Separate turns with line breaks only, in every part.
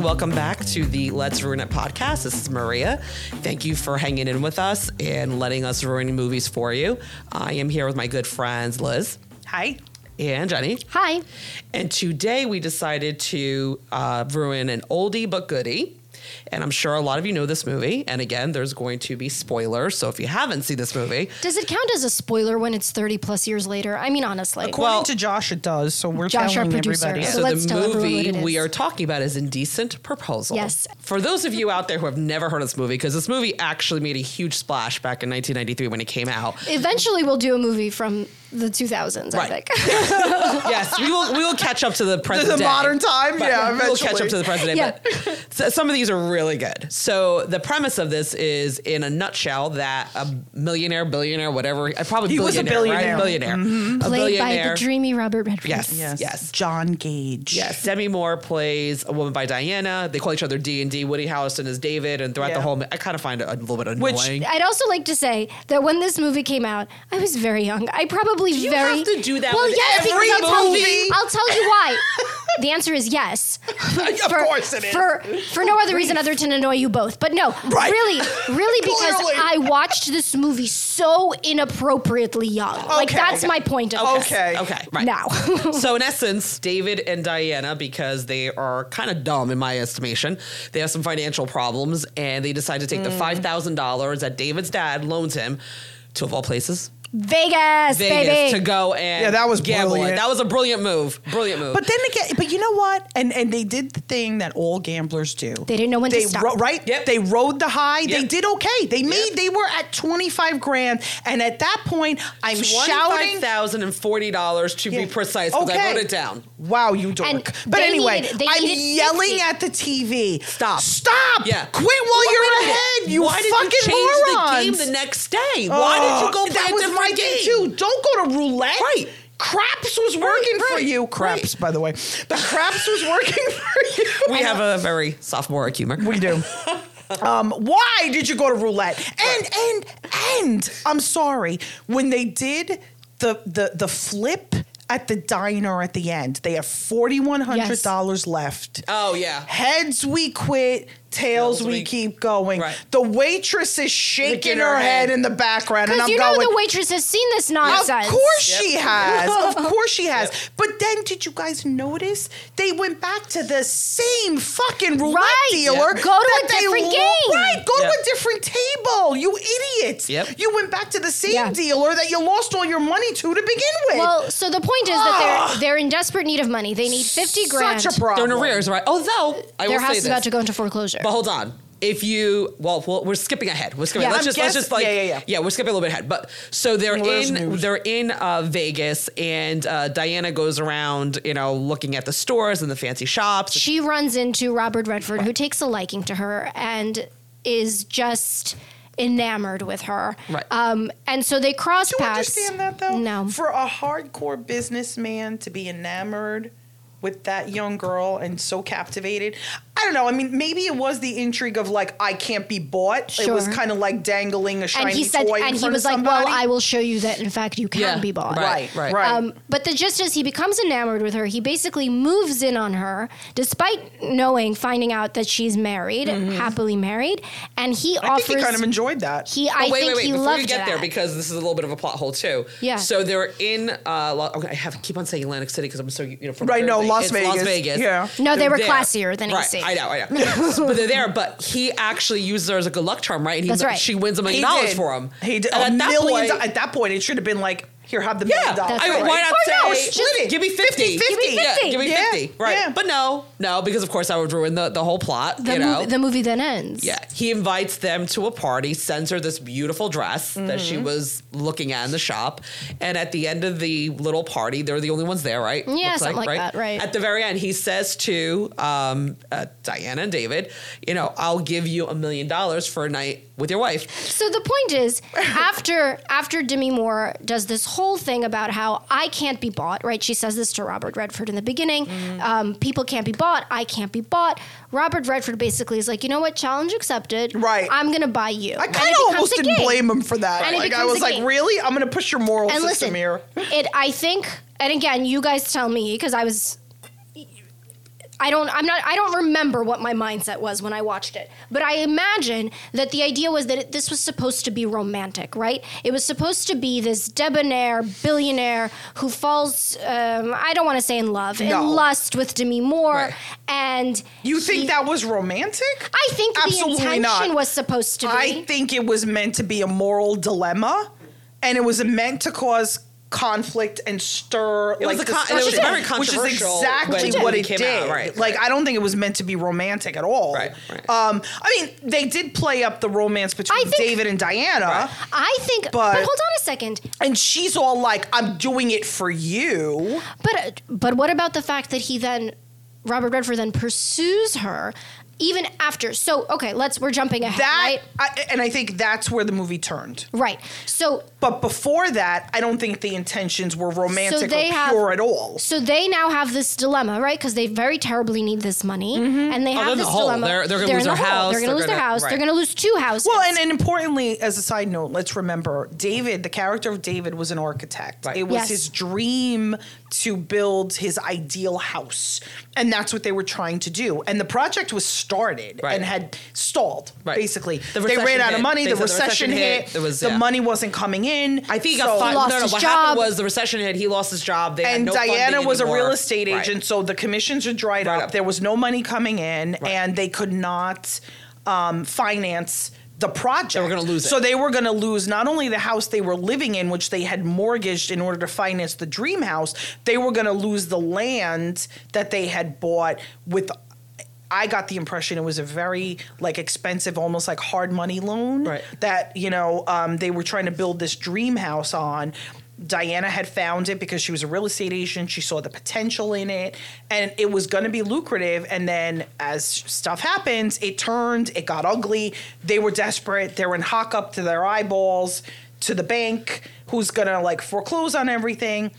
welcome back to the Let's Ruin It podcast. This is Maria. Thank you for hanging in with us and letting us ruin movies for you. I am here with my good friends Liz
Hi.
and Jenny.
Hi.
And today we decided to uh, ruin an oldie but goodie. And I'm sure a lot of you know this movie. And again, there's going to be spoilers. So if you haven't seen this movie,
Does it count as a spoiler when it's 30 plus years later? I mean, honestly.
According
Well-
to Josh, it does. So we're
Josh, our
telling
producer.
everybody.
So
So
let's
the
tell everyone
movie
what it
we
is.
are talking about is Indecent Proposal.
Yes.
For those of you out there who have never heard of this movie, because this movie actually made a huge splash back in 1993 when it came out.
Eventually, we'll do a movie from the 2000s, I
Right.
think.
yes, we will. We will catch up to the present.
the
day.
modern time?
But
Yeah,
we'll catch up
eventually.
to the present. day,
Yeah.
But so- some of these are really good. So the premise of this is, in a nutshell, that a millionaire, billionaire, whatever, uh, probably
He was a
billionaire, right?
billionaire.
billionaire, a
Mm-hmm. Played by
billionaire.
the dreamy Robert Redford.
yes, yes, yes.
yes. John Gage.
Yes, Demi Moore plays a woman by Diana. They call each other D and D. Woody Harrelson is David, and throughout the
Yeah.
whole, I kind of find it a little bit
Which-
annoying.
I'd also like to say that when this movie came out, I was very young. I probably
you
very
have to do that
Well,
with
yes, because
every
I'll tell
movie?
you. I'll tell you why. the answer is yes.
Of course it is.
For for no other reason other than to annoy you both. But no,
Right.
really, really because
Clearly.
I watched this movie so inappropriately young. Like
Okay.
that's my point of this.
Okay.
okay, right
Now.
so in essence, David and Diana, because they are kind of dumb in my estimation, they have some financial problems, and they decide to take
Mm.
the five thousand dollars that David's dad loans him to, of all places,
Vegas,
Vegas,
baby.
to go and
Yeah, that was
gamble. it.
brilliant.
That was a brilliant move. Brilliant move.
But then again, but you know what? And and they did the thing that all gamblers do.
They didn't know when to
they
stop.
ro- right?
Yep.
They rode the high. They
Yep.
did okay. They made.
Yep.
They were at twenty five grand, and at that point, I'm shouting.
Twenty-five thousand and forty dollars to be
Yeah.
precise because I
Okay.
wrote it down.
Wow, you dork.
And
but
they
anyway,
needed- they
I'm
needed
yelling
50.
at the TV.
Stop.
Stop.
Yeah.
Quit while
Wait a
you're
minute.
ahead, you
Why
fucking
did you change
morons.
the game the next day? Why did you go
Oh,
play
that
a
was
different
my
game?
thing too. Don't go to roulette.
Right.
Craps was working for
right,
you.
right.
Craps, by the way. But craps was working for you.
We have a very sophomoric humor.
We do. um, why did you go to roulette? And and and I'm sorry when they did the the the flip at the diner at the end. They have forty one hundred dollars left.
Oh yeah.
Heads we quit, tails,
Tails
we,
we-
keep going.
Right.
The waitress is shaking
Shaking
her
her
head
head.
in the background, and
Because
I'm
you know
going.
the waitress has seen this
Of
nonsense.
course
Yep.
she has. Of course she has. But then did you guys notice they went back to the same fucking roulette
Right.
dealer?
Yep. Go to
that
a
they
different
lo-
game.
Right, go to
Yep.
a different table, you idiots.
Yep.
You went back to the same
Yeah.
dealer that you lost all your money to to begin with.
Well, so the point is that they're they're in desperate need of money. They need fifty grand.
Ah. Such a problem.
They're in arrears, right? Although I
Their
will
house
say
is
this.
about to go into foreclosure.
But hold on. If you well, well, we're skipping ahead. We're skipping.
Yeah.
let's
I'm
just let's
guessing-
just like
yeah, yeah, yeah.
we're skipping a little bit ahead. But so they're
Where's
in
news?
they're in uh, Vegas, and uh, Diana goes around, you know, looking at the stores and the fancy shops.
she runs into Robert Redford, who takes a liking to her and is just enamored with her.
Right.
Um, and so they cross
Do you
paths.
understand that though?
No.
For a hardcore businessman to be enamored with that young girl and so captivated. I don't know. I mean, maybe it was the intrigue of like I can't be bought. It was
Sure.
kind of like dangling a shiny
and he said,
toy. in
and he
front
was
of
like, "Well,
somebody."
I will show you that. In fact, you can be bought."
Right,
Right,
right,
right.
Um, but the gist is he becomes enamored with her. He basically moves in on her, despite knowing, finding out that she's married, happily married, and he
Mm-hmm. I
offers.
think he kind of enjoyed that.
he, I
Oh, wait,
think
wait, wait!
he
Before
loved
we get there,
that.
because this is a little bit of a plot hole too.
Yeah.
So they're in. Uh, Lo- okay, I have keep on saying Atlantic City because I'm so you know from
Right, no,
Jersey.
Las
It's Las
Vegas.
Vegas.
Yeah.
No, they
They're
were
there.
classier than
right.
AC.
I know, I know. but they're there. But he actually uses her as a good luck charm, right? And he,
That's right.
She wins a
He
million dollars
did.
for him.
He did.
And
a
at that
million.
point-
do- at that point, it should have been like, here, have the
Yeah,
million dollars.
I mean,
right.
why not
Or no,
say
just
Give me 50.
50.
Yeah,
50.
give me
Yeah,
50. Right.
yeah.
But no, no, because of course I would ruin the, the whole plot,
the,
you know.
movie, the movie then ends.
yeah. He invites them to a party, sends her this beautiful dress that she was looking at in the shop. And at the end of the little party, they're the only ones there, right?
Yeah, something like that, right.
At the very end, he says to um, uh, Diana and David, you know, I'll give you a million dollars for a night with your wife.
So the point is, after after Demi Moore does this whole thing about how I can't be bought, right? She says this to Robert Redford in the beginning.
Mm-hmm.
Um, people can't be bought. I can't be bought. Robert Redford basically is like, you know what? Challenge accepted.
Right.
I'm gonna buy you.
I
And
kind
it
of
becomes
almost
a
didn't
game.
blame him for that.
And it
like, I
becomes
was
a
like,
game.
really? I'm going to push your moral
And
system
listen,
here.
it. I think, and again, you guys tell me because I was. I don't I'm not I don't remember what my mindset was when I watched it. But I imagine that the idea was that it, this was supposed to be romantic, right? It was supposed to be this debonair billionaire who falls um, I don't want to say in love,
No.
in lust with Demi Moore
Right.
and
You think
he-
that was romantic?
I think the
Absolutely
intention
not.
was supposed to be
I think it was meant to be a moral dilemma, and it was meant to cause conflict and stir
It was
like
a con- it
discussion,
was very
which is
controversial
exactly
when
what
it
it
came
did.
out, right,
like
right.
I don't think it was meant to be romantic at all.
Right, right.
Um, I mean, they did play up the romance between
I think-
David and Diana.
I think
But-
but hold on a second.
And she's all like, I'm doing it for you.
But but what about the fact that he then Robert Redford then pursues her even after? So okay, let's we're jumping ahead,
That,
right?
I, and I think that's where the movie turned.
Right. So
But before that, I don't think the intentions were romantic
they
or
have-
pure at all.
so they now have this dilemma, right? Because they very terribly need this money,
Mm-hmm.
and they
Oh, they're
have
in the
this
hole.
dilemma.
They're- they're gonna lose
in the
their
hole.
house.
They're going to
They're
lose their
gonna-
house. They're
right.
going to lose two houses.
Well, and, and importantly, as a side note, let's remember David, the character of David, was an architect.
Right.
It was
Yes.
his dream to build his ideal house. And that's what they were trying to do. And the project was started
Right.
and had stalled,
Right.
basically.
The
they ran
recession
out of
hit.
money.
They
The
said
recession, hit.
There was-
the
yeah.
money wasn't coming in.
I think he
So-
got fired.
Lost
No, no.
his
What
job.
happened was the recession hit. He lost his job. They had
and
no
Diana
funding
was a real
anymore.
estate
Right.
agent, so the commissions are dried
Dried
up.
up.
There was no money coming in,
Right.
and they could not um, finance the project. They
were gonna lose it.
So they were going to lose not only the house they were living in, which they had mortgaged in order to finance the dream house. They were going to lose the land that they had bought with. I got the impression it was a very like expensive, almost like hard money loan
Right.
that you know um, they were trying to build this dream house on. Diana had found it because she was a real estate agent. She saw the potential in it, and it was going to be lucrative. And then, as stuff happens, it turned. It got ugly. They were desperate. They were in hock up to their eyeballs to the bank, who's going to like foreclose on everything,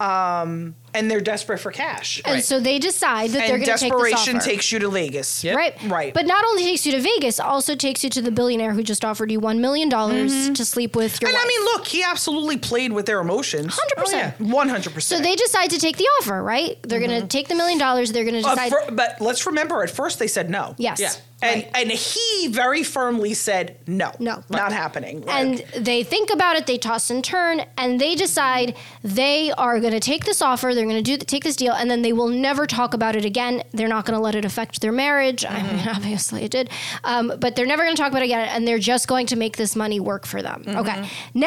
um, and they're desperate for cash.
And
Right.
so they decide that they're
And
going to take this
desperation
offer.
takes you to Vegas.
Yep.
Right.
Right.
But not only takes you to Vegas, also takes you to the billionaire who just offered you $1 million dollars to sleep with your
Mm-hmm. And
wife.
I mean, look, he absolutely played with their emotions. Oh,
100%.
One hundred percent.
So they decide to take the offer, right? They're going to take the million dollars. They're going to
Mm-hmm. Uh,
decide.
fir- but let's remember, at first they said no.
yes.
Yeah.
And and he very firmly said no.
No.
Not happening. Like,
And they think about it. They toss and turn, and they decide they are going to take this offer. They're going to do take this deal, and then they will never talk about it again. They're not going to let it affect their marriage. I mean,
Mm-hmm.
obviously it did, um, but they're never going to talk about it again, and they're just going to make this money work for them.
Mm-hmm.
Okay,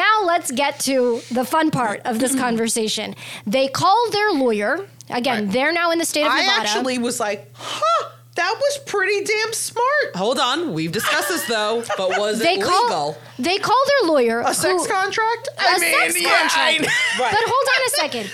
now let's get to the fun part of this conversation. They call their lawyer again.
Right.
They're now in the state of
I
Nevada.
actually was like, huh, that was pretty damn
Uh,
smart.
Hold on. We've discussed this though, but was
they
it
call
legal?
they call their lawyer
A sex
who-
contract?
a sex contract. But hold on a second.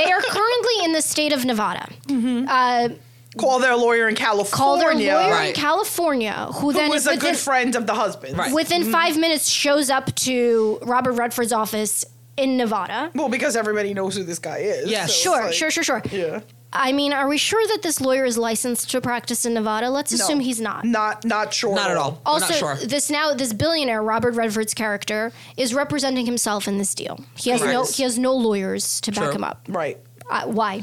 They are currently in the state of Nevada. Uh,
Call their lawyer in Mm-hmm. California.
call their lawyer in
Right.
California, who,
Who
then
was a
within,
good friend Mm-hmm. of the husband.
Right.
within five minutes shows up to Robert Redford's office in Nevada.
Well, because everybody knows who this guy is.
Yeah,
it's
Sure,
like-
sure, sure, sure.
Yeah.
I mean, are we sure that this lawyer is licensed to practice in Nevada? Let's
No.
assume he's not.
Not not sure.
Not at all. We're
Also,
not sure.
this now this billionaire Robert Redford's character is representing himself in this deal. He has no
Correct.
he has no lawyers to back
Sure.
him up.
Right.
Uh, why?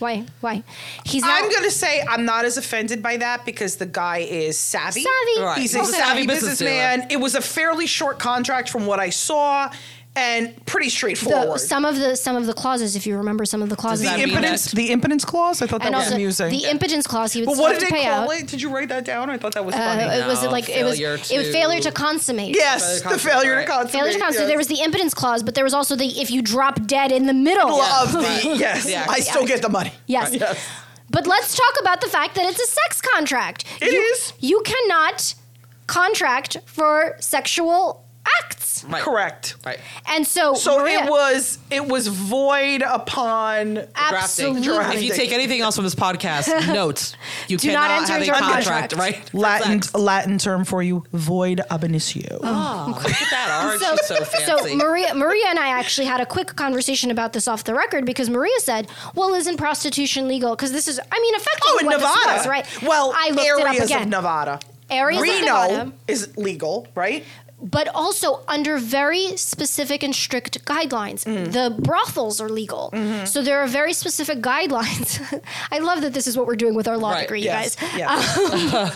Why? Why? He's not
I'm gonna say I'm not as offended by that because the guy is savvy.
Savvy. Right.
He's a
He's a
savvy
savvy business
businessman. it was a fairly short contract from what I saw, and pretty
the,
straightforward.
some of the some of the clauses. If you remember some of the clauses,
that
the
mean
impotence,
that-
the impotence clause. I thought that
and
was
also
amusing.
the impotence clause, he would
but
still
what
have
did
to
they
pay
call
out.
it? Did you write that down? I thought that was funny.
Uh, it was
No,
like it was
failure
it was
to-
failure to consummate.
yes,
Failure
the
to
failure to
consummate, right.
consummate.
Failure to consummate.
yes.
There was the impotence clause, but there was also the if you drop dead in the middle.
of the yes.
Yeah.
I still get the money.
Yes.
Yes.
But let's talk about the fact that it's a sex contract.
It
It is.
is.
You cannot contract for sexual acts.
Right.
Correct.
Right.
And so
So
Maria-
it was it was void upon
Drafting.
absolutely
If you
Drafting.
take anything else from this podcast, note you
Do not
cannot
enter
have
into a
a contract,
contract.
right?
Latin
Sex.
Latin term for you, void ab initio.
Oh, look at that orange.
So,
She's so fancy.
so Maria, Maria and I actually had a quick conversation about this off the record because Maria said, "Well, isn't prostitution legal?" Because this is, I mean, effectively
Oh, in
what this
Nevada,
was, right?
Well,
I looked
areas
it up again.
of Nevada.
Areas of
Reno
Nevada.
is legal, right?
but also under very specific and strict guidelines.
Mm-hmm.
The brothels are legal. So there are very specific guidelines. I love that this is what we're doing with our law
Right,
degree,
yes,
you guys.
yes.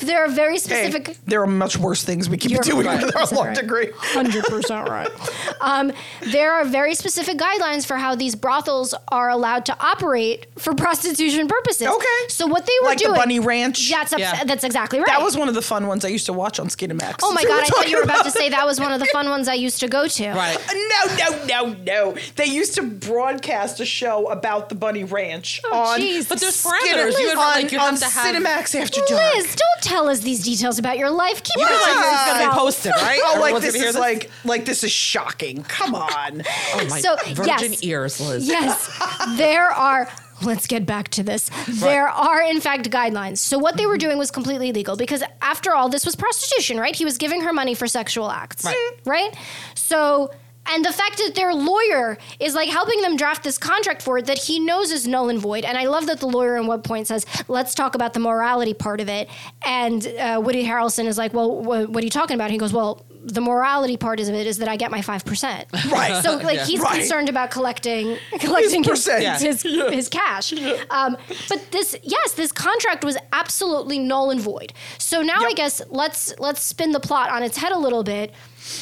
There are very
Hey,
specific
there are much worse things we can be
You're
doing
right.
with our law
Right.
degree.
Hundred percent right. Um, there are very specific guidelines for how these brothels are allowed to operate for prostitution purposes.
Okay.
So what they were
Like the
doing,
Bunny Ranch?
That's abs-
Yeah.
that's exactly right.
That was one of the fun ones I used to watch on Skin and Max.
Oh my
We were
god! I thought
talking
you were about to
it.
say that was one of the fun ones I used to go to.
Right.
No, no, no, no. They used to broadcast a show about the Bunny Ranch
Oh,
on
jeez.
But there's
Skinner-
parameters. You would,
on,
like, you
on
have to have-
Cinemax After Dark. Oh,
Liz, don't tell us these details about your life. Keep
You
your
know, like,
mouth
it's gonna
out.
be posted, right?
Oh, like
Everyone's
this
gonna hear
is like like this is shocking. Come on.
oh my
So,
virgin
yes.
ears, Liz.
Yes, there are. Let's get back to this. There are, in fact, guidelines. So, what they were doing was completely legal because, after all, this was prostitution, right? He was giving her money for sexual acts, Mm-hmm.
Right.
right? So, and the fact that their lawyer is like helping them draft this contract for it that he knows is null and void. And I love that the lawyer, in one point, says, let's talk about the morality part of it. And uh, Woody Harrelson is like, well, wh- what are you talking about? he goes, well, the morality part of it is that I get my 5%.
Right.
So like
Yeah.
he's
Right.
concerned about collecting collecting his
His percent.
Yeah.
his, his cash. Um, but this yes, this contract was absolutely null and void. So now I
Yep.
guess let's let's spin the plot on its head a little bit.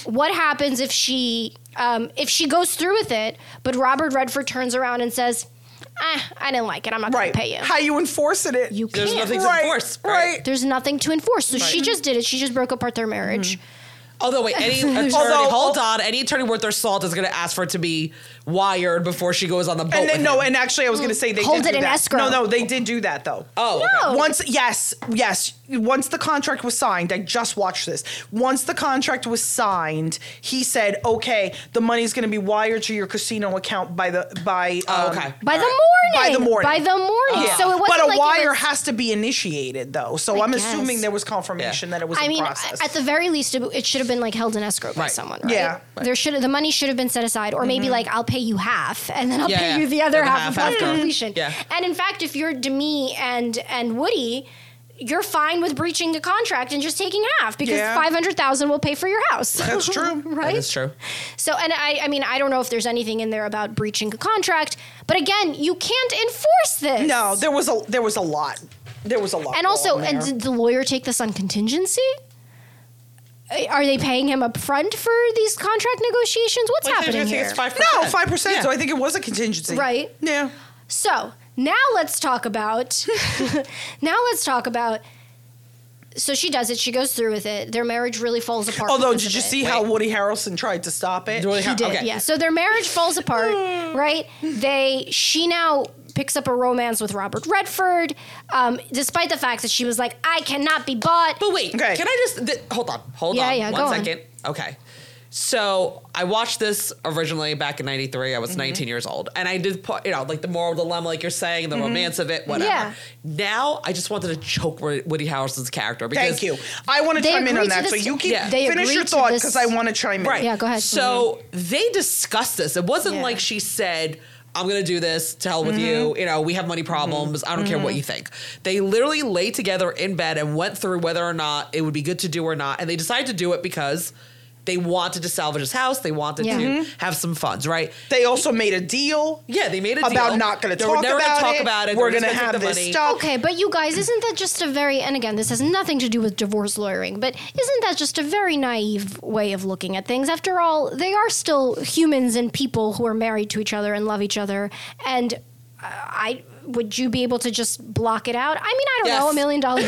What happens if she um, if she goes through with it, but Robert Redford turns around and says, eh, "I didn't like it. I'm not going
Right.
to pay you."
How you enforcing it?
You
There's
can't.
nothing to
Right,
enforce.
right.
There's nothing to enforce. So she just did it. She just broke apart their
Mm-hmm.
marriage.
Although, wait, any attorney,
Although-
hold on, any attorney worth their salt is going to ask for it to be wired before she goes on the boat.
and then
with
no,
him.
and actually I was gonna say they
Hold
did
it
do
in
that.
escrow.
No, no, they did do that though. Uh,
oh, okay.
No.
Once, yes, yes. Once the contract was signed, I just watched this. Once the contract was signed, he said, "Okay, the money's going to be wired to your casino account by the by."
Oh,
um,
okay.
By
All
the
right.
By the
morning.
morning.
By the morning.
yeah.
So it wasn't
but a
like it
wire
was-
has to be initiated, though. So
I
I am
guess.
assuming there was confirmation
Yeah.
that it was
I
in
mean,
process.
at the very least, it, it should have been like held in escrow by
Right. Mm-hmm.
someone, right?
Yeah.
There should the money should have been set aside, or maybe like I'll pay you half, and then I'll
Yeah,
pay
yeah.
you the other
Other
half,
half
upon
after.
completion.
Yeah.
And in fact, if you're Demi and and Woody. You're fine with breaching the contract and just taking half because
Yeah.
five hundred thousand will pay for your house.
That's true.
right?
That is true.
So, and I, I mean, I don't know if there's anything in there about breaching a contract, but again, you can't enforce this.
no, there was a there was a lot. There was a lot.
And also,
going
and
there.
did the lawyer take this on contingency? Uh, Are they paying him up front for these contract negotiations? What's
Like,
happening
I think
here?
it's 5%.
no five percent.
Yeah.
So I think it was a contingency,
Right.
Yeah.
So now let's talk about now let's talk about. So she does it. She goes through with it. Their marriage really falls apart.
Although,
because
did
of
you
it.
see how Woody Harrelson tried to stop it?
Do we
He
have-
did,
okay.
yeah. So their marriage falls apart, right? They she now picks up a romance with Robert Redford, um, despite the fact that she was like, "I cannot be bought."
But wait,
Okay.
can I just th- hold on? Hold
Yeah,
on.
yeah,
one
go on.
second. Okay. So I watched this originally back in '93. I
Mm-hmm.
was 19 years old, and I did, pu- you know, like the moral dilemma, like you're saying, the romance of it, whatever.
Mm-hmm. Yeah.
Now I just wanted to choke Wo- Woody Harrelson's character. Because
Thank you. I want to
They
chime in
agreed
on
to
that.
this-
So you keep
Yeah.
they
finish
agreed
your
to
thought
this-
because I want to chime in.
Right.
Yeah, go ahead.
So they discussed this. It wasn't
Yeah.
like she said, I'm going to do this to hell with
Mm-hmm.
you. You know, we have money problems.
Mm-hmm.
I don't care what you think. They literally lay together in bed and went through whether or not it would be good to do or not. And they decided to do it because they wanted to salvage his house. They wanted
Yeah.
to
Mm-hmm.
Mhm.
have some funds, right?
They also made a deal.
Yeah, they made a
about
deal.
not going to
They
talk
were never gonna
about
talk
it.
about it. They
We're
were just
going to
gonna take
have
the
this
money.
stuff.
Okay, but you guys, isn't that just a very, and again, this has nothing to do with divorce lawyering, but isn't that just a very naive way of looking at things? After all, they are still humans and people who are married to each other and love each other. And uh, I would you be able to just block it out? I mean, I don't
Yes.
know, a million dollars.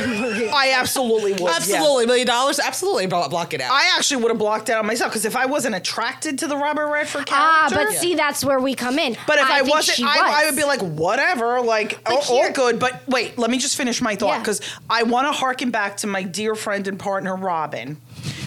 I absolutely would. yeah.
Absolutely, million dollars. Absolutely, blo- block it out.
I actually would have blocked out myself because if I wasn't attracted to the Robert Redford character,
ah, but see, that's where we come in.
But if I,
think
wasn't,
she
I, I
was.
would be like, whatever, like, all, all
here-
good. But wait, let me just finish my thought
Yeah.
because I want to harken back to my dear friend and partner, Robin,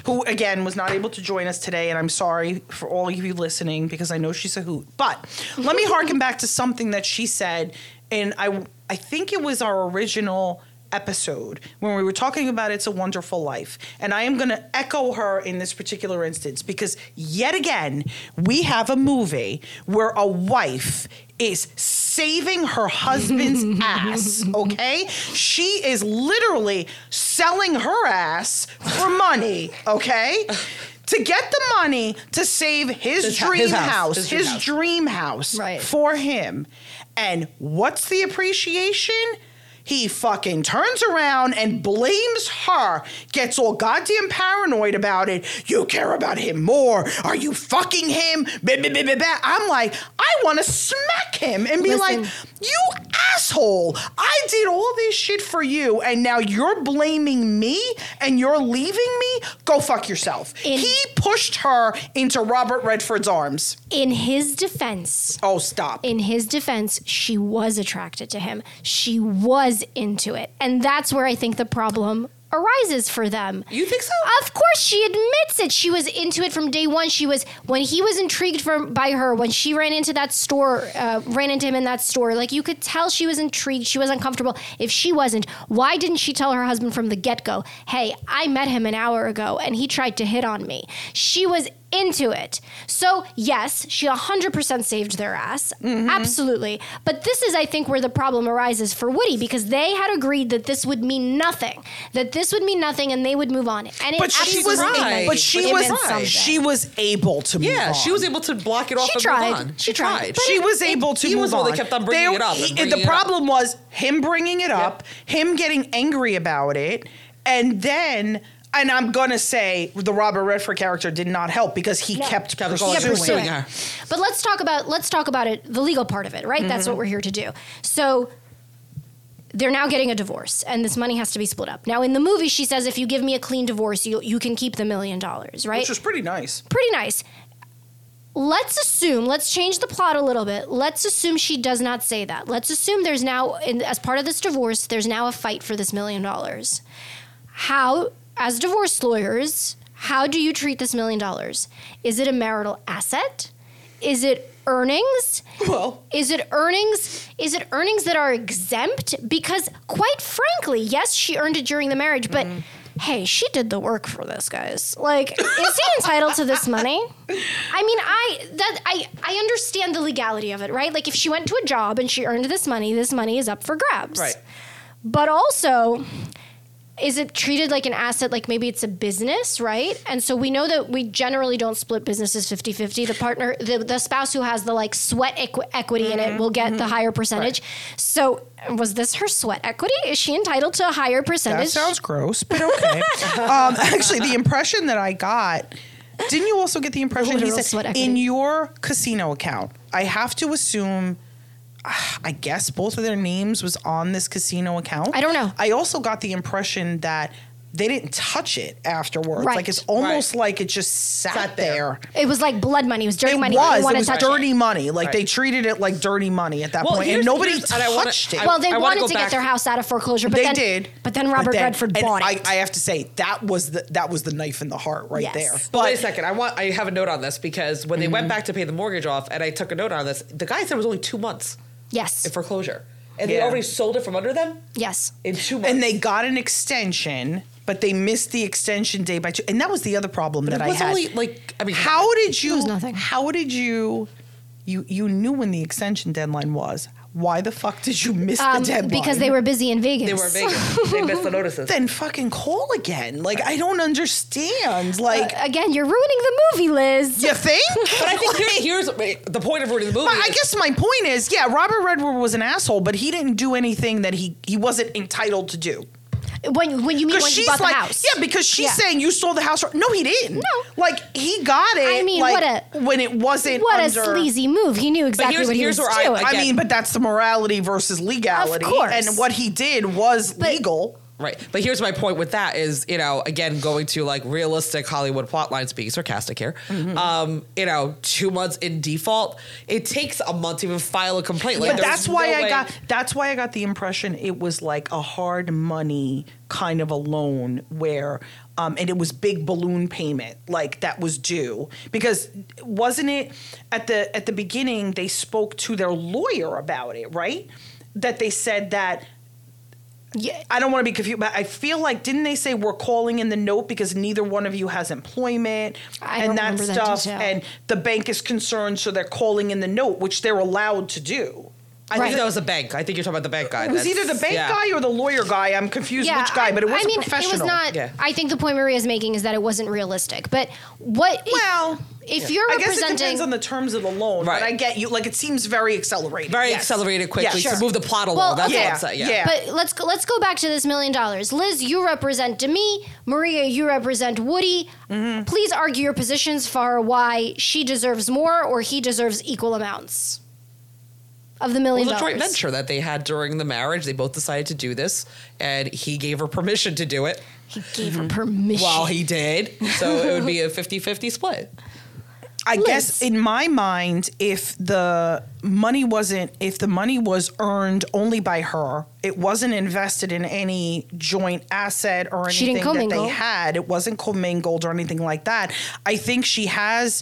who, again, was not able to join us today. And I'm sorry for all of you listening because I know she's a hoot. But let me harken back to something that she said. And I, I think it was our original episode when we were talking about It's a Wonderful Life. And I am going to echo her in this particular instance because, yet again, we have a movie where a wife is saving her husband's ass, okay? She is literally selling her ass for money, okay? to get the money to save his,
His hou-
dream
his house.
house,
His
his,
dream house.
dream house
Right.
for him. And what's the appreciation? He fucking turns around and blames her, gets all goddamn paranoid about it. You care about him more. Are you fucking him? Bah, bah, bah, bah, bah. I'm like, I want to smack him and be
Listen.
like, you asshole. I did all this shit for you, and now you're blaming me and you're leaving me? Go fuck yourself.
In-
he pushed her into Robert Redford's arms.
In his defense,
Oh, stop.
in his defense, she was attracted to him. She was into it. And that's where I think the problem arises for them.
You think so?
Of course, she admits it. She was into it from day one. She was when he was intrigued from by her when she ran into that store, uh, ran into him in that store. Like you could tell she was intrigued. She was uncomfortable. If she wasn't, why didn't she tell her husband from the get go? Hey, I met him an hour ago and he tried to hit on me. She was into it. So yes, she 100% saved their ass. Absolutely. But this is, I think, where the problem arises for Woody because they had agreed that this would mean nothing, that this would mean nothing, and they would move on. And it
But she was,
absolutely
tried.
but she
would've
was,
been something.
she was able to move
Yeah,
on.
she was able to block it off
She
and
tried.
move on.
She tried. But
she was able to
he
move
was the one that
on.
kept on bringing it up and
he-
bringing
the
it up.
problem was him bringing it up, him getting angry about it, and then. And I'm gonna say the Robert Redford character did not help because he
No.
kept,
Kept going.
pursuing.
Yeah,
Kept
pursue
pursuing
it.
her.
But let's talk about let's talk about it the legal part of it, right? That's
Mm-hmm.
what we're here to do. So they're now getting a divorce and this money has to be split up. Now in the movie she says if you give me a clean divorce, you you can keep the million dollars, right?
which was pretty nice.
pretty nice. Let's assume, let's change the plot a little bit. Let's assume she does not say that. Let's assume there's now, in, as part of this divorce, there's now a fight for this million dollars. How, as divorce lawyers, how do you treat this million dollars? Is it a marital asset? Is it earnings?
Well,
Is it earnings? Is it earnings that are exempt? Because quite frankly, yes, she earned it during the marriage, but hey, she did the work for this, guys. Like, is he entitled to this money? I mean, I that I I understand the legality of it, right? Like if she went to a job and she earned this money, this money is up for grabs.
Right.
But also, is it treated like an asset like maybe it's a business right and so we know that we generally don't split businesses 50-50 the partner the, the spouse who has the like sweat equi- equity in
Mm-hmm.
it will get the higher percentage so was this her sweat equity is she entitled to a higher
that
percentage
sounds gross, but okay. um, actually, the impression that I got. Didn't you also get the impression he
Literal sweat
said
equity.
in your casino account? I have to assume. ah, I guess both of their names was on this casino account.
I don't know.
I also got the impression that they didn't touch it afterwards.
Right.
Like it's almost
Right.
like it just sat,
Sat there.
there.
it was like blood money it was dirty
It
money
was.
you
It
want to
was
touch
dirty
it.
money. Like
Right.
they treated it like dirty money at that
Well,
point,
here's-
and nobody
here's- and I wanna-
touched it.
I-
well they
I wanna
wanted
go
to
back-
get their house out of foreclosure but
they
then
did,
but then robert
then-
redford
and
bought
I,
it
I have to say that was the that was the knife in the heart right
Yes.
there.
But wait a second, I want I have a note on this because when they went
Mm-hmm.
back to pay the mortgage off and I took a note on this, the guy said it was only two months
yes
in foreclosure. And they
Yeah.
already sold it from under them
yes
in two months.
and they got an extension, but they missed the extension day by two. And that was the other problem that
it
I
was
had.
only like I mean
how did you?
was nothing.
How did you? You you knew when the extension deadline was. Why the fuck did you miss
um,
the deadline?
because they were busy in vegas
they were in Vegas. they missed the notices.
Then fucking call again. Like I don't understand. Like
again you're ruining the movie liz
you think?
but I think here, here's the point of ruining the movie.
But I
is-
guess my point is, yeah, Robert Redford was an asshole, but he didn't do anything that he he wasn't entitled to do.
when, when you mean
Because
when you
she's
bought
like,
the house
yeah, because she's
Yeah.
saying you sold the house. No, he didn't.
No.
like he got it.
I mean,
like,
what a-
when it wasn't.
What
under,
a sleazy move. He knew exactly
here's-
what he
here's
was
where I-
doing.
I
I
get-
mean, but that's the morality versus legality.
course.
and what he did was
But-
legal.
Right. But here's my point with that is, you know, again, going to like realistic Hollywood plotlines, being sarcastic here,
Mm-hmm.
um, you know, two months in default, it takes a month to even file a complaint. Like,
but
there's
that's why
no
I
way-
got that's why I got the impression it was like a hard money kind of a loan where um, and it was big balloon payment like that was due because wasn't it at the at the beginning they spoke to their lawyer about it right that they said that
yeah,
I don't want to be confused, but I feel like didn't they say we're calling in the note because neither one of you has employment
I
and
don't
that
remember that
stuff,
detail.
and the bank is concerned, so they're calling in the note, which they're allowed to do.
I
Right.
think that was the bank. I think you're talking about the bank guy.
It was either the bank guy or the lawyer guy. I'm confused which guy, but it was
I mean,
professional.
it was not.
Yeah.
I think the point Maria's making is that it wasn't realistic. But what? if-
Well,
if, you're
I guess it
representing,
depends on the terms of the loan,
Right.
but I get you. Like it seems very accelerated.
very
Yes.
accelerated quickly
Yes.
to move the plot along.
Well,
That's
okay.
what I'm saying. Yeah.
Yeah.
But let's go, let's go back to this million dollars. Liz, you represent Demi. Maria, you represent Woody.
Mm-hmm.
Please argue your positions for why she deserves more or he deserves equal amounts of the
It
million
was a joint
dollars.
venture that they had during the marriage. They both decided to do this, and he gave her permission to do it.
He gave
Mm-hmm.
her permission.
While he did. So it would be a 50 50 split.
I
Liz.
guess in my mind, if the money wasn't, if the money was earned only by her, it wasn't invested in any joint asset or
She didn't
anything that
commingle.
they had. It wasn't commingled or anything like that. I think she has.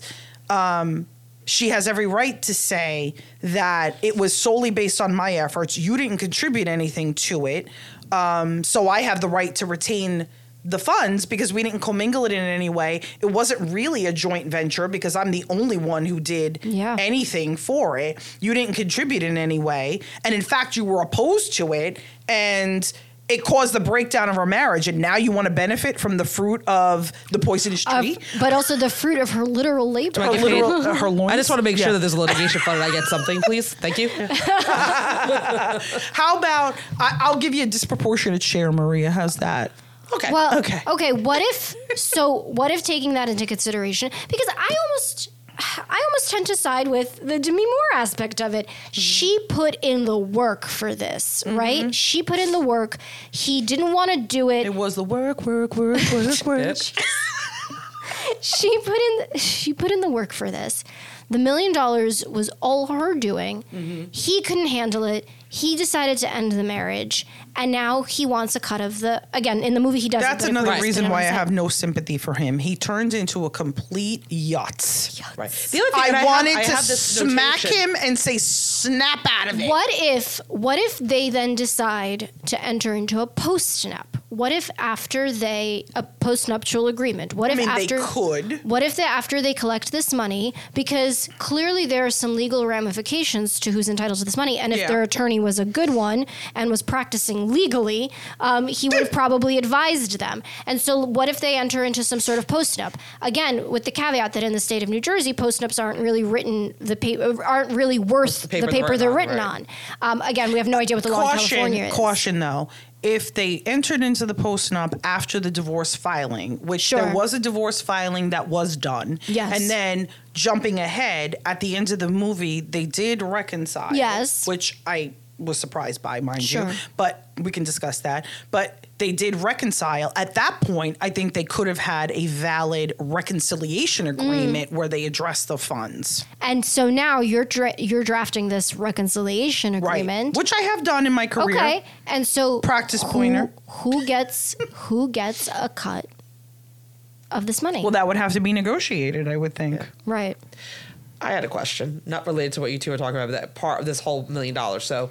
Um, she has every right to say that it was solely based on my efforts. You didn't contribute anything to it. Um, so I have the right to retain the funds because we didn't commingle it in any way. It wasn't really a joint venture because I'm the only one who did
Yeah.
anything for it. You didn't contribute in any way. And in fact, you were opposed to it. And it caused the breakdown of our marriage. And now you want to benefit from the fruit of the poisonous
Of-
tree?
but also the fruit of her literal labor.
her
Get
literal,
paid?
her loins.
I just want to make
Yeah. Oh
sure that there's a litigation fund and I get something, please. Thank you.
How about I, I'll give you a disproportionate share, Maria? How's that? Okay.
Well,
okay.
Okay. What if? So, what if taking that into consideration? Because I almost, I almost tend to side with the Demi Moore aspect of it. She put in the work for this, right? She put in the work. He didn't want to do it.
It was the work, work, work, work, work.
she put in she put in the work for this. The million dollars was all her doing. He couldn't handle it. He decided to end the marriage, and now he wants a cut of the. Again, in the movie, he does.
That's another
Right.
reason why I have no sympathy for him. He turned into a complete yacht.
Right. The other thing
I
and
wanted
I have,
to
I have this
smack
notation.
him and say, snap out of it.
What if what if they then decide to enter into a postnup? What if after they a postnuptial agreement? What if
mean, they
after
could.
What if they after they collect this money because clearly there are some legal ramifications to who's entitled to this money and if
Yeah.
their attorney was a good one and was practicing legally, um, he would have probably advised them. And so what if they enter into some sort of postnup? Again, with the caveat that in the state of New Jersey, postnups aren't really written the pa- aren't really worth the
paper
paper,
they're
they're
written
written
on,
on. Um, again, we have no idea what the law in California
Caution,
is.
caution though. If they entered into the postnup after the divorce filing, which
Sure.
there was a divorce filing that was done,
Yes.
and then jumping ahead at the end of the movie, they did reconcile,
Yes.
which I was surprised by, mind
Sure.
you, but we can discuss that. But they did reconcile. At that point, I think they could have had a valid reconciliation
Mm.
agreement where they addressed the funds,
And so now you're dra- you're drafting this reconciliation
right?
agreement.
Which I have done in my career.
okay. And so
Practice
who-
pointer.
Who gets who gets a cut of this money?
Well, that would have to be negotiated, I would think.
right.
I had a question, not related to what you two were talking about, but that part of this whole million dollars. So,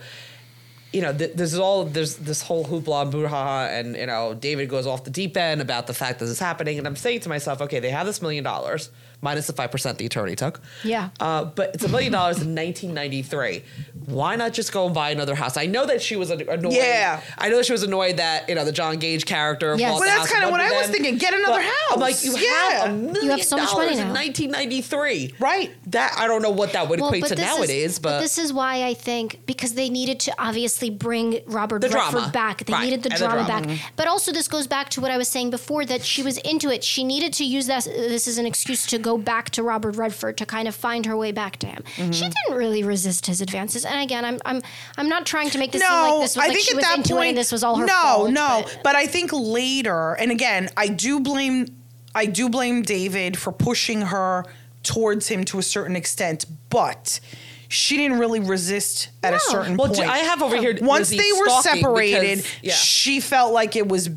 you know, th- there's all there's this whole hoopla and brouhaha, and you know, David goes off the deep end about the fact that this is happening, and I'm saying to myself, okay, they have this million dollars minus the five percent the attorney took.
Yeah.
Uh, but it's a million dollars in 1993. Why not just go and buy another house? I know that she was an- annoyed.
Yeah.
I know that she was annoyed that you know the John Gage character.
Yes.
bought
Well,
the
that's
house
kinda
and
what
went with
I was
them.
thinking. Get another
I'm like,
house.
you have
Yeah.
a
You
million
have so much
dollars
money
in
now.
1993.
Right.
That I don't know what that would equate to
this
nowadays,
is,
but,
this is why I think because they needed to obviously bring Robert
The
Redford
drama.
back. They
Right.
needed the
And the
drama,
drama.
Mm-hmm.
back. But also, this goes back to what I was saying before that she was into it. She needed to use this this as an excuse to go back to Robert Redford to kind of find her way back to him.
Mm-hmm.
She didn't really resist his advances. And again, I'm I'm I'm not trying to make this seem like this was like she was into it and this was all her
no,
fault.
no.
but-
But. I think later, and again, I do blame, I do blame David for pushing her towards him to a certain extent, but she didn't really resist at a
No.
certain
well,
point.
I have over here
once
Lizzie
they were
stalking
separated,
because- yeah.
she felt like it was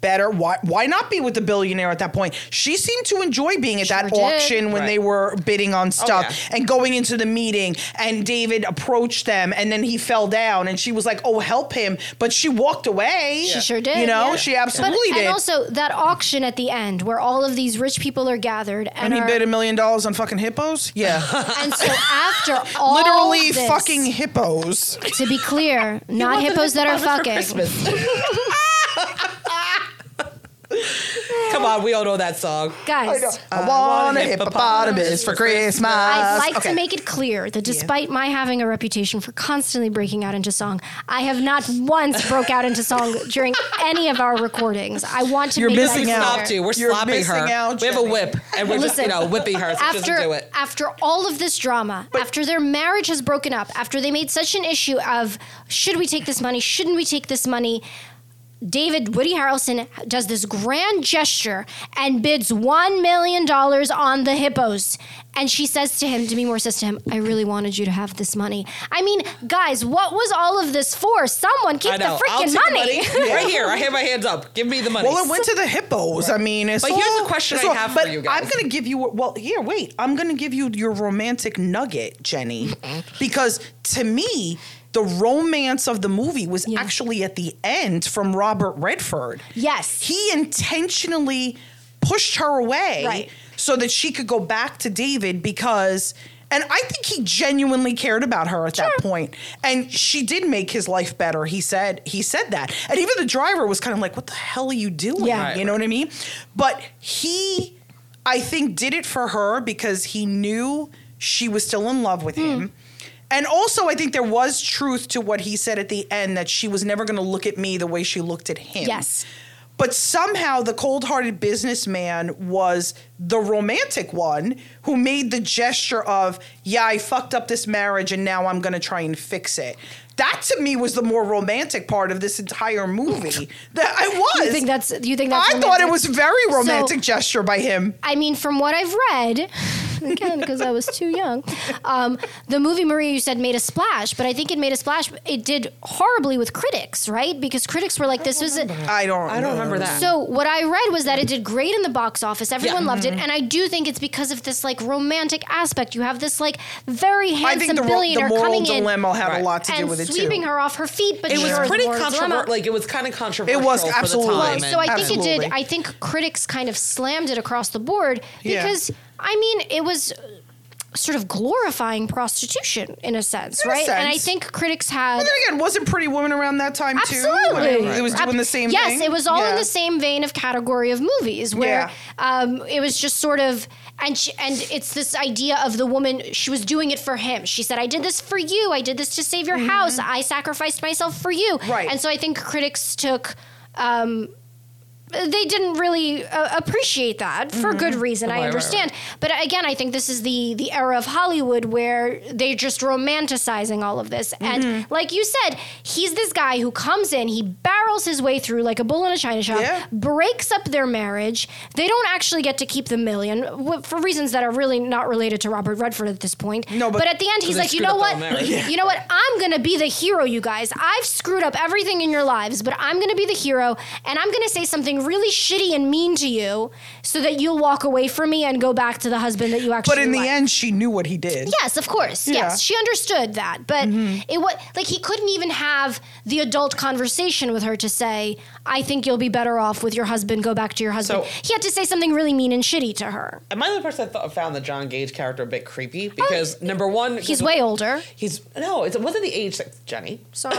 better. Why why not be with the billionaire at that point? She seemed to enjoy being at that
Sure did.
auction when
Right.
they were bidding on stuff
yeah.
and going into the meeting and David approached them and then he fell down and she was like, "Oh, help him." But she walked away.
She sure did.
You know,
yeah.
she
But-
absolutely did.
And also that auction at the end where all of these rich people are gathered and,
and he
are-
bid a million dollars on fucking hippos? Yeah.
and so after all
Literally
this,
fucking hippos.
to be clear, not hippos that are fucking.
Come on, we all know that song.
Guys,
I want a hippopotamus for Christmas.
I'd like
Uh, Okay.
to make it clear that despite my having a reputation for constantly breaking out into song, I have not once broke out into song during any of our recordings. I want to
You're
make that
missing
We
No.
clear.
out.
stopped you. We're
You're
slapping her.
missing out,
we have a
Jenny.
whip, and we're just you
Listen,
know whipping her. So she
after
doesn't do it.
after all of this drama, after their marriage has broken up, after they made such an issue of should we take this money, shouldn't we take this money, David Woody Harrelson does this grand gesture and bids one million dollars on the hippos. And she says to him, Demi Moore says to him, I really wanted you to have this money. I mean, guys, what was all of this for? Someone keep
I
the
know. I'll
freaking
take
money.
the money. right here. I have my hands up. Give me the money.
Well, it went to the hippos. I mean, it's
But here's
all-
a question
it's
I
all-
have
but
for you guys.
I'm going to give you. Well, here, wait. I'm going to give you your romantic nugget, Jenny, because to me. The romance of the movie was
Yeah.
actually at the end from Robert Redford.
Yes.
He intentionally pushed her away
Right.
so that she could go back to David because and I think he genuinely cared about her at that point. And she did make his life better. He said he said that. And even the driver was kind of like, "What the hell are you doing?"
Yeah.
Right,
you know what I mean? But he I think did it for her because he knew she was still in love with
Hmm.
him. And also I think there was truth to what he said at the end that she was never going to look at me the way she looked at him.
Yes.
But somehow the cold hearted businessman was the romantic one who made the gesture of, yeah, I fucked up this marriage and now I'm going to try and fix it. That to me was the more romantic part of this entire movie. that I was.
You think that's you think that's
I thought it
romantic?
was very
So-
romantic gesture by him.
I mean, from what I've read, again, because I was too young, um, the movie Maria, you said, made a splash, but I think it made a splash. It did horribly with critics, right? Because critics were like, this was. A-
I don't.
I don't remember that.
so what I read was that it did great in the box office. Everyone
Yeah.
loved
Mm-hmm.
it, and I do think it's because of this like romantic aspect. You have this like very
I
handsome
think the, ro- the
billionaire
moral
coming
dilemma had
Right.
a lot to do
in
with
and
it
sweeping
too.
her off her feet. But
it
sure,
was pretty
moral dilemma.
controversial. Like it was kind of controversial.
absolutely.
For the time,
Well,
So I
and-
think it
Absolutely.
did. I think critics kind of slammed it across the board
Yeah.
because I mean it was sort of glorifying prostitution in a sense,
In a
right? And I
sense.
think critics had.
Then again, wasn't Pretty Woman around that time too? When
Absolutely.
It was doing the same
yes,
thing.
it was all in
Yeah.
the same vein of category of movies where um, it was just sort of and she, and it's this idea of the woman she was doing it for him. She said, "I did this for you. I did this to save your house. I sacrificed myself for you."
Mm-hmm. Right.
And so I think critics took um, they didn't really uh, appreciate that for good
Mm-hmm.
reason. I
right,
understand, but again, I think this is the the era of Hollywood where they're just romanticizing all of this. And
Mm-hmm.
like you said, he's this guy who comes in, he barrels his way through like a bull in a china shop,
Yeah.
breaks up their marriage. They don't actually get to keep the million w- for reasons that are really not related to Robert Redford at this point.
No, but-
at the end, he's
they
like, you
screwed
know
up
what?
the whole marriage. Yeah.
You know what? I'm going to be the hero, you guys. I've screwed up everything in your lives, but I'm going to be the hero and I'm going to say something really shitty and mean to you so that you'll walk away from me and go back to the husband that you actually
But in the
like.
end, she knew what he did.
Yes, of course.
Yeah. Mm-hmm.
Yes, she understood that, but it was like he couldn't even have the adult conversation with her to say, "I think you'll be better off with your husband. Go back to your husband."
So-
he had to say something really mean and shitty to her.
Am I the only person that thought, found the John Gage character a bit creepy? Because number one,
Oh, He's way older.
He's no, it wasn't the age that Jenny.
Sorry.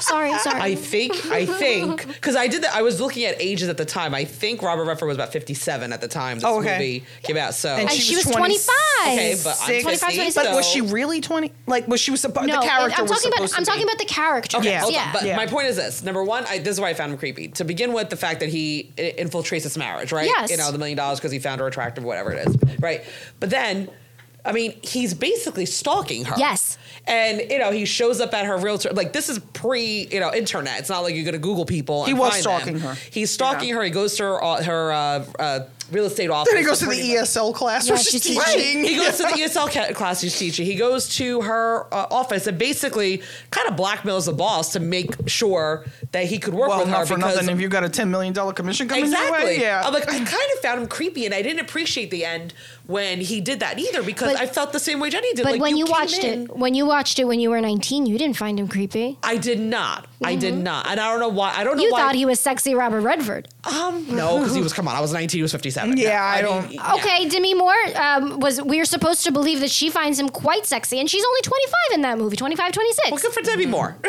sorry. Sorry.
I think, I think, because I did that. I was looking at ages at the time. I think Robert Redford was about fifty-seven at the time this
Oh, okay.
movie came out. So
And
and
she
she,
was
was
26.
25.
okay, but I'm
26.
25,
26.
But was
so-
she really 20? Like, was she was supposed
no,
the character
I'm
was
talking
supposed
about I'm
to be.
talking about the character.
Okay, hold on,
yeah.
But
Yeah.
my point is this: number one, I, this is why I found him creepy. To begin with, the fact that he i- infiltrates this marriage, right?
Yes.
You know, the million dollars because he found her attractive, whatever it is, right? But then, I mean, he's basically stalking her.
Yes.
And you know, he shows up at her realtor. Like this is pre, you know, internet. It's not like you're gonna Google people.
He
and
was
find
stalking
them.
her.
He's stalking her. He goes to her uh, her. Uh, uh, real estate office.
Then he goes to the
pretty much-
ESL class
Yeah,
where she's
she's
teaching.
teaching.
He goes to the ESL ca- class she's teaching. He goes to her uh, office and basically kind of blackmails the boss to make sure that he could work
Well,
with her
not for
because
nothing. If you got a ten million dollar commission coming
exactly.
your way, yeah.
I'm like I kind of found him creepy, and I didn't appreciate the end when he did that either because
But-
I felt the same way Jenny did.
But
like,
when you,
came
watched
in-
it, when you watched it when you were 19, you didn't find him creepy.
I did not. I did not, and I don't know why. I don't know
Mm-hmm. You
why.
thought he was sexy Robert Redford.
um no because he was come on. I was 19. He was 57.
Yeah,
No,
I don't-
yeah.
Okay, Demi Moore um, was. We are supposed to believe that she finds him quite sexy, and she's only 25 in that movie, 25, 26.
Well, good for Debbie Moore.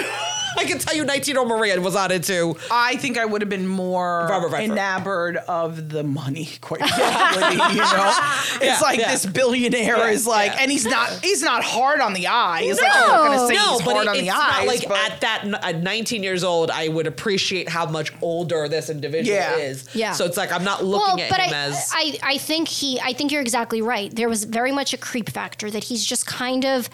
I can tell you, 19 year old Maria was on it too.
I think I would have been
Robert
more
Redford.
enamored of the money, quite frankly. you know, it's
Yeah,
like
yeah.
this billionaire
Yeah,
is like,
yeah.
and he's not he's not hard on the eye. It's like
No.
I'm not going to say
No,
he's
but
hard
it-
on
it's
the
not
eyes,
like
but
at that n- at 19 years old, I would appreciate how much older this individual
Yeah.
is.
Yeah.
So it's like I'm not looking at
but
him
I,
as
I, I think he, I think you're exactly right. There was very much a creep factor that he's just kind of,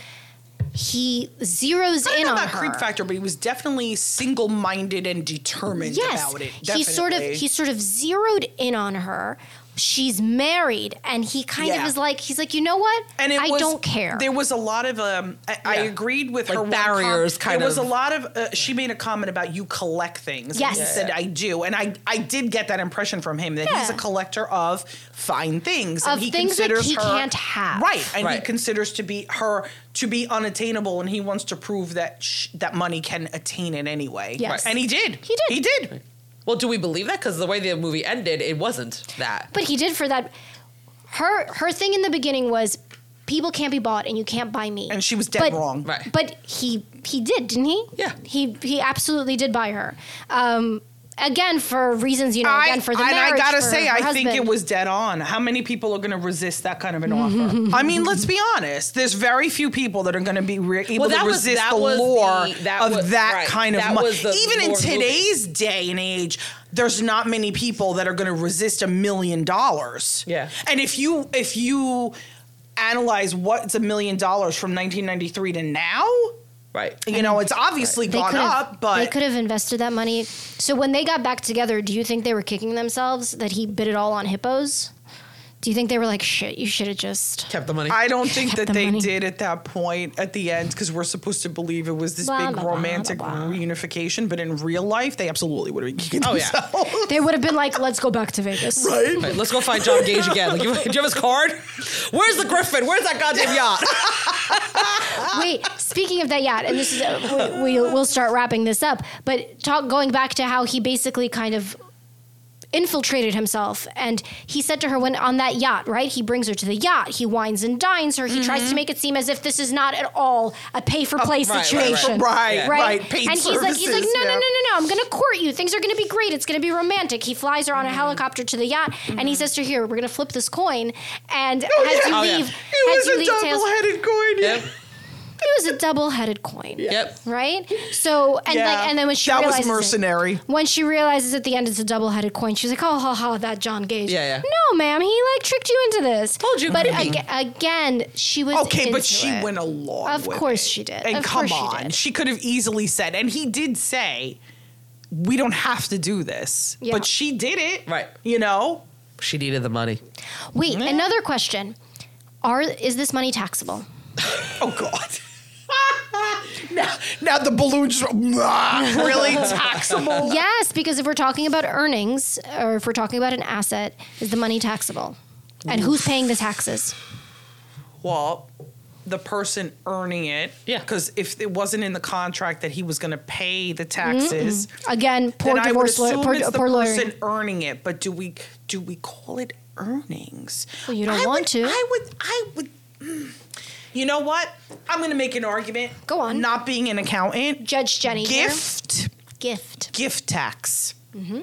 he zeroes
I
in
don't know
on
about
her.
creep factor, but he was definitely single minded and determined
yes,
about it.
he sort of,
definitely.
he sort of zeroed in on her. She's married, and he kind
Yeah.
of is like, he's like, you know what?
and it
I
was-
don't care.
There was a lot of um. I, I
Yeah.
agreed with
Like
her one com-
barriers, kind
There was a
of.
lot of. Uh, she made a comment about you collect things.
Yes.
and he said I do, and I I did get that impression from him that he's a
Yeah.
collector of fine things and
Of
he
things that
considers
he
her,
can't have.
Right, and he
Right.
considers to be her to be unattainable, and he wants to prove that sh- that money can attain it anyway.
Yes. Right.
and he did.
He did.
He did.
well. Do we believe that? Because the way the movie ended, it wasn't that.
But he did for that. Her her thing in the beginning was people can't be bought and you can't buy me.
And she was dead
but,
wrong.
Right.
But he he did, didn't he?
Yeah.
He he absolutely did buy her. Um again for reasons you know again for the
and
marriage.
I gotta
for
say,
her
I
husband.
think it was dead on. How many people are gonna resist that kind of an offer? I mean, let's be honest. There's very few people that are gonna be re- able
Well, that
to
was-
resist
that
the
was
lure
the- that
of
was-
that
right.
kind of
That
money.
was the
Even in
lure movie.
today's day and age, there's not many people that are gonna resist a million dollars.
Yeah.
and if you if you analyze what's a million dollars from 1993 to now.
Right.
You know, it's obviously
they
gone
could've-
up,
they
but
could have invested that money. So when they got back together, do you think they were kicking themselves that he bid it all on hippos? Do you think they were like, shit, you should have just
Kept the money.
I don't think
Kept
that
the
they
money.
did at that point at the end because we're supposed to believe it was this
Blah,
big
blah, blah,
romantic
blah, blah.
reunification, but in real life, they absolutely would have been
Oh, yeah.
they would have been like, let's go back to Vegas.
Right, let's go find John Gage again. Like, you, do you have his card? Where's the Griffin? Where's that goddamn yacht?
Wait, speaking of that yacht, and this is uh, we, we we'll start wrapping this up. But talk going back to how he basically kind of infiltrated himself and he said to her when on that yacht right he brings her to the yacht he wines and dines her he tries to make it seem as if this is not at all a pay for play
right, right,
situation
right, right,
right
paid
and he's like he's like
services,
no no no
yeah.
no no i'm gonna court you things are gonna be great it's gonna be romantic he flies her on a helicopter to the yacht and he says to her here we're gonna flip this coin and as you
Oh, yeah.
leave as
It was
you
a
leave Tails-
double headed coin.
Yep.
it was a double-headed coin.
Yep.
Right. So and
Yeah.
like and then when she
That was
realizes it-
mercenary.
when she realizes at the end it's a double-headed coin, she's like, "Oh, ha, ha, that John Gage."
Yeah, yeah.
No, ma'am, he like tricked you into this.
Told you,
But
creepy.
aga again, she was
Okay, but
into
she
it.
went along.
Of
with
course
it.
she did.
And
Of
come
course she
on,
did.
she, could have easily said, and he did say, "We don't have to do this,"
Yeah.
but she did it.
Right.
You know.
She needed the money.
Wait, another question: Are is this money taxable?
Oh God. now, now the balloons really taxable.
yes, because if we're talking about earnings or if we're talking about an asset, is the money taxable? And who's paying the taxes?
Well, the person earning it.
Yeah.
Because if it wasn't in the contract that he was going to pay the taxes,
Again, poor
then I would
divorce lawyer.
assume
Poor,
it's the
poor lawyer.
person earning it. But do we do we call it earnings?
Well, you don't
I
want
would-
to.
I would. I would. mm. You know what? I'm going to make an argument.
Go on.
Not being an accountant.
Judge Jenny. here. Mm-hmm.
Gift
Gift.
gift tax.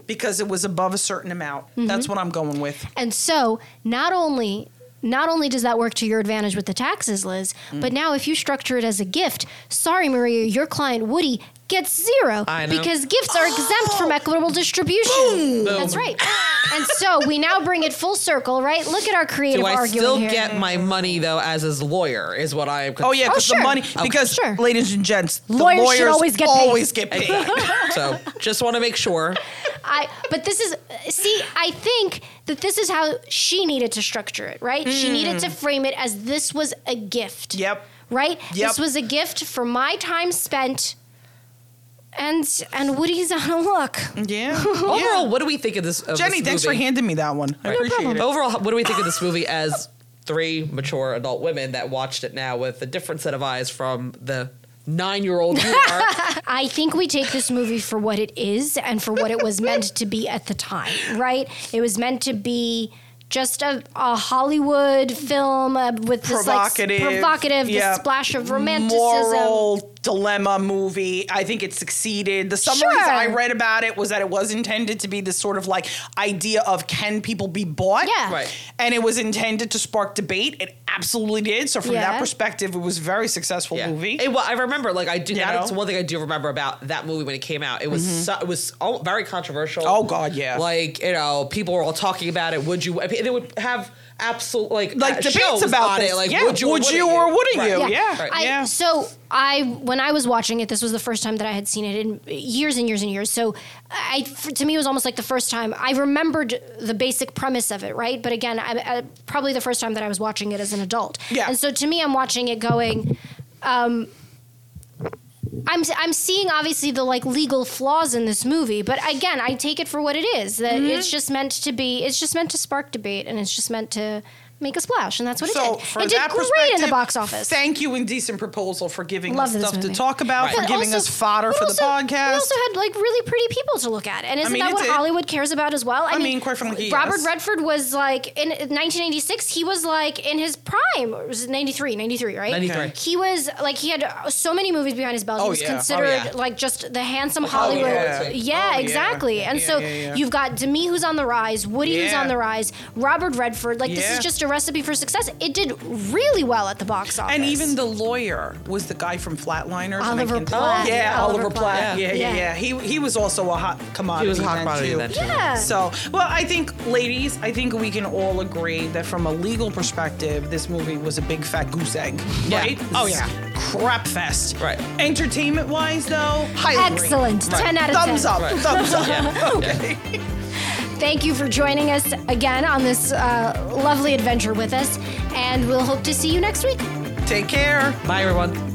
Because it was above a certain amount.
Mm-hmm.
That's what I'm going with.
And so not only not only does that work to your advantage
Mm.
with the taxes, Liz, but now if you structure it as a gift, sorry Maria, your client Woody gets zero
I know.
because gifts are exempt
Oh!
from equitable distribution. That's right. and so we now bring it full circle, right? Look at our creative
Do I
argument
still
here.
get my money though as his lawyer? Is what I am.
Oh yeah,
Oh,
because
sure.
the money.
Okay.
Because
Sure.
ladies and gents, the
Lawyers should
lawyers
always get paid.
always get paid.
So just want to make sure.
I but this is see, I think that this is how she needed to structure it, right? She needed to frame it as this was a gift.
Hmm. Yep.
Right?
Yep.
This was a gift for my time spent and and Woody's on a look.
Yeah.
Overall, what do we think of this? Of
Jenny,
this
thanks for
movie?
handing me that one. I appreciate it.
Overall, what do we think of this movie as three mature adult women that watched it now with a different set of eyes from the nine-year-old you are?
I think we take this movie for what it is and for what it was meant to be at the time, right? It was meant to be just a, a Hollywood film uh, with this
Provocative,
like s- provocative this
yeah.
splash of romanticism.
Moral dilemma movie. I think it succeeded. The summaries
Sure.
I read about it was that it was intended to be this sort of like idea of can people be bought?
Yeah.
Right.
And it was intended to spark debate. It absolutely did. So from
Yeah.
that perspective, it was a very successful
Yeah.
movie.
It, well, I remember, like, I do.
You
That's
know? Mm-hmm.
one thing I do remember about that movie when it came out. It was so, it was all very controversial.
Oh, God, yeah.
Like you know, people were all talking about it. Would you? I mean, They would have absolute like
like
uh, shows
debates about
on
this.
it. Like,
yeah.
would you?
would
or
you or wouldn't
Right.
you?
Yeah.
Yeah.
Right.
I,
yeah.
So I, when I was watching it, this was the first time that I had seen it in years and years and years. So I, f- to me, it was almost like the first time I remembered the basic premise of it, right? But again, I, I, probably the first time that I was watching it as an adult.
Yeah.
And so to me, I'm watching it going. Um, I'm, I'm seeing obviously the like legal flaws in this movie, but again, I take it for what it is. That
Mm-hmm.
it's just meant to be, it's just meant to spark debate, and it's just meant to make a splash, and that's what
So
it did.
from
It did
that
great in the
perspective,
box office.
Thank you, Indecent Proposal, for giving
Love
us
this
stuff to
movie.
talk about,
Right.
for
But
giving
also-
us fodder
we
for
also-
the podcast.
We also had like really pretty people to look at, and isn't
mean,
that
it
what
did.
Hollywood cares about as well? I,
mean, quite frankly,
Robert
yes.
Redford was like in 1986. He was like in his prime. Or Was it 93? 93, right?
93. Okay.
He was like he had uh, so many movies behind his belt. he
Oh,
was
yeah. Oh,
considered
yeah.
like just the handsome
Hollywood.
Hollywood.
Yeah.
Yeah,
Oh, yeah.
exactly. And
Yeah,
so
yeah, yeah.
you've got Demi who's on the rise, Woody who's
Yeah.
on the rise, Robert Redford. Like this is
Yeah.
just a recipe for success. It did really well at the box office.
and even the lawyer was the guy from Flatliners. and I
Oliver
can't-
Platt.
Yeah,
Oliver
Oliver Platt.
Platt.
Yeah, yeah,
Yeah.
yeah. He he was also a hot commodity.
He was a hot
then,
commodity
too.
then, too.
yeah.
So, well, I think, ladies, I think we can all agree that from a legal perspective, this movie was a big fat goose egg,
Yeah.
right?
Oh, yeah.
crap fest.
Right.
Entertainment wise, though, highly rated.
Excellent. 10 out of 10.
Thumbs up.
Right.
Thumbs up.
Yeah.
Okay.
Thank you for joining us again on this uh, lovely adventure with us, and we'll hope to see you next week.
Take care.
Bye, everyone.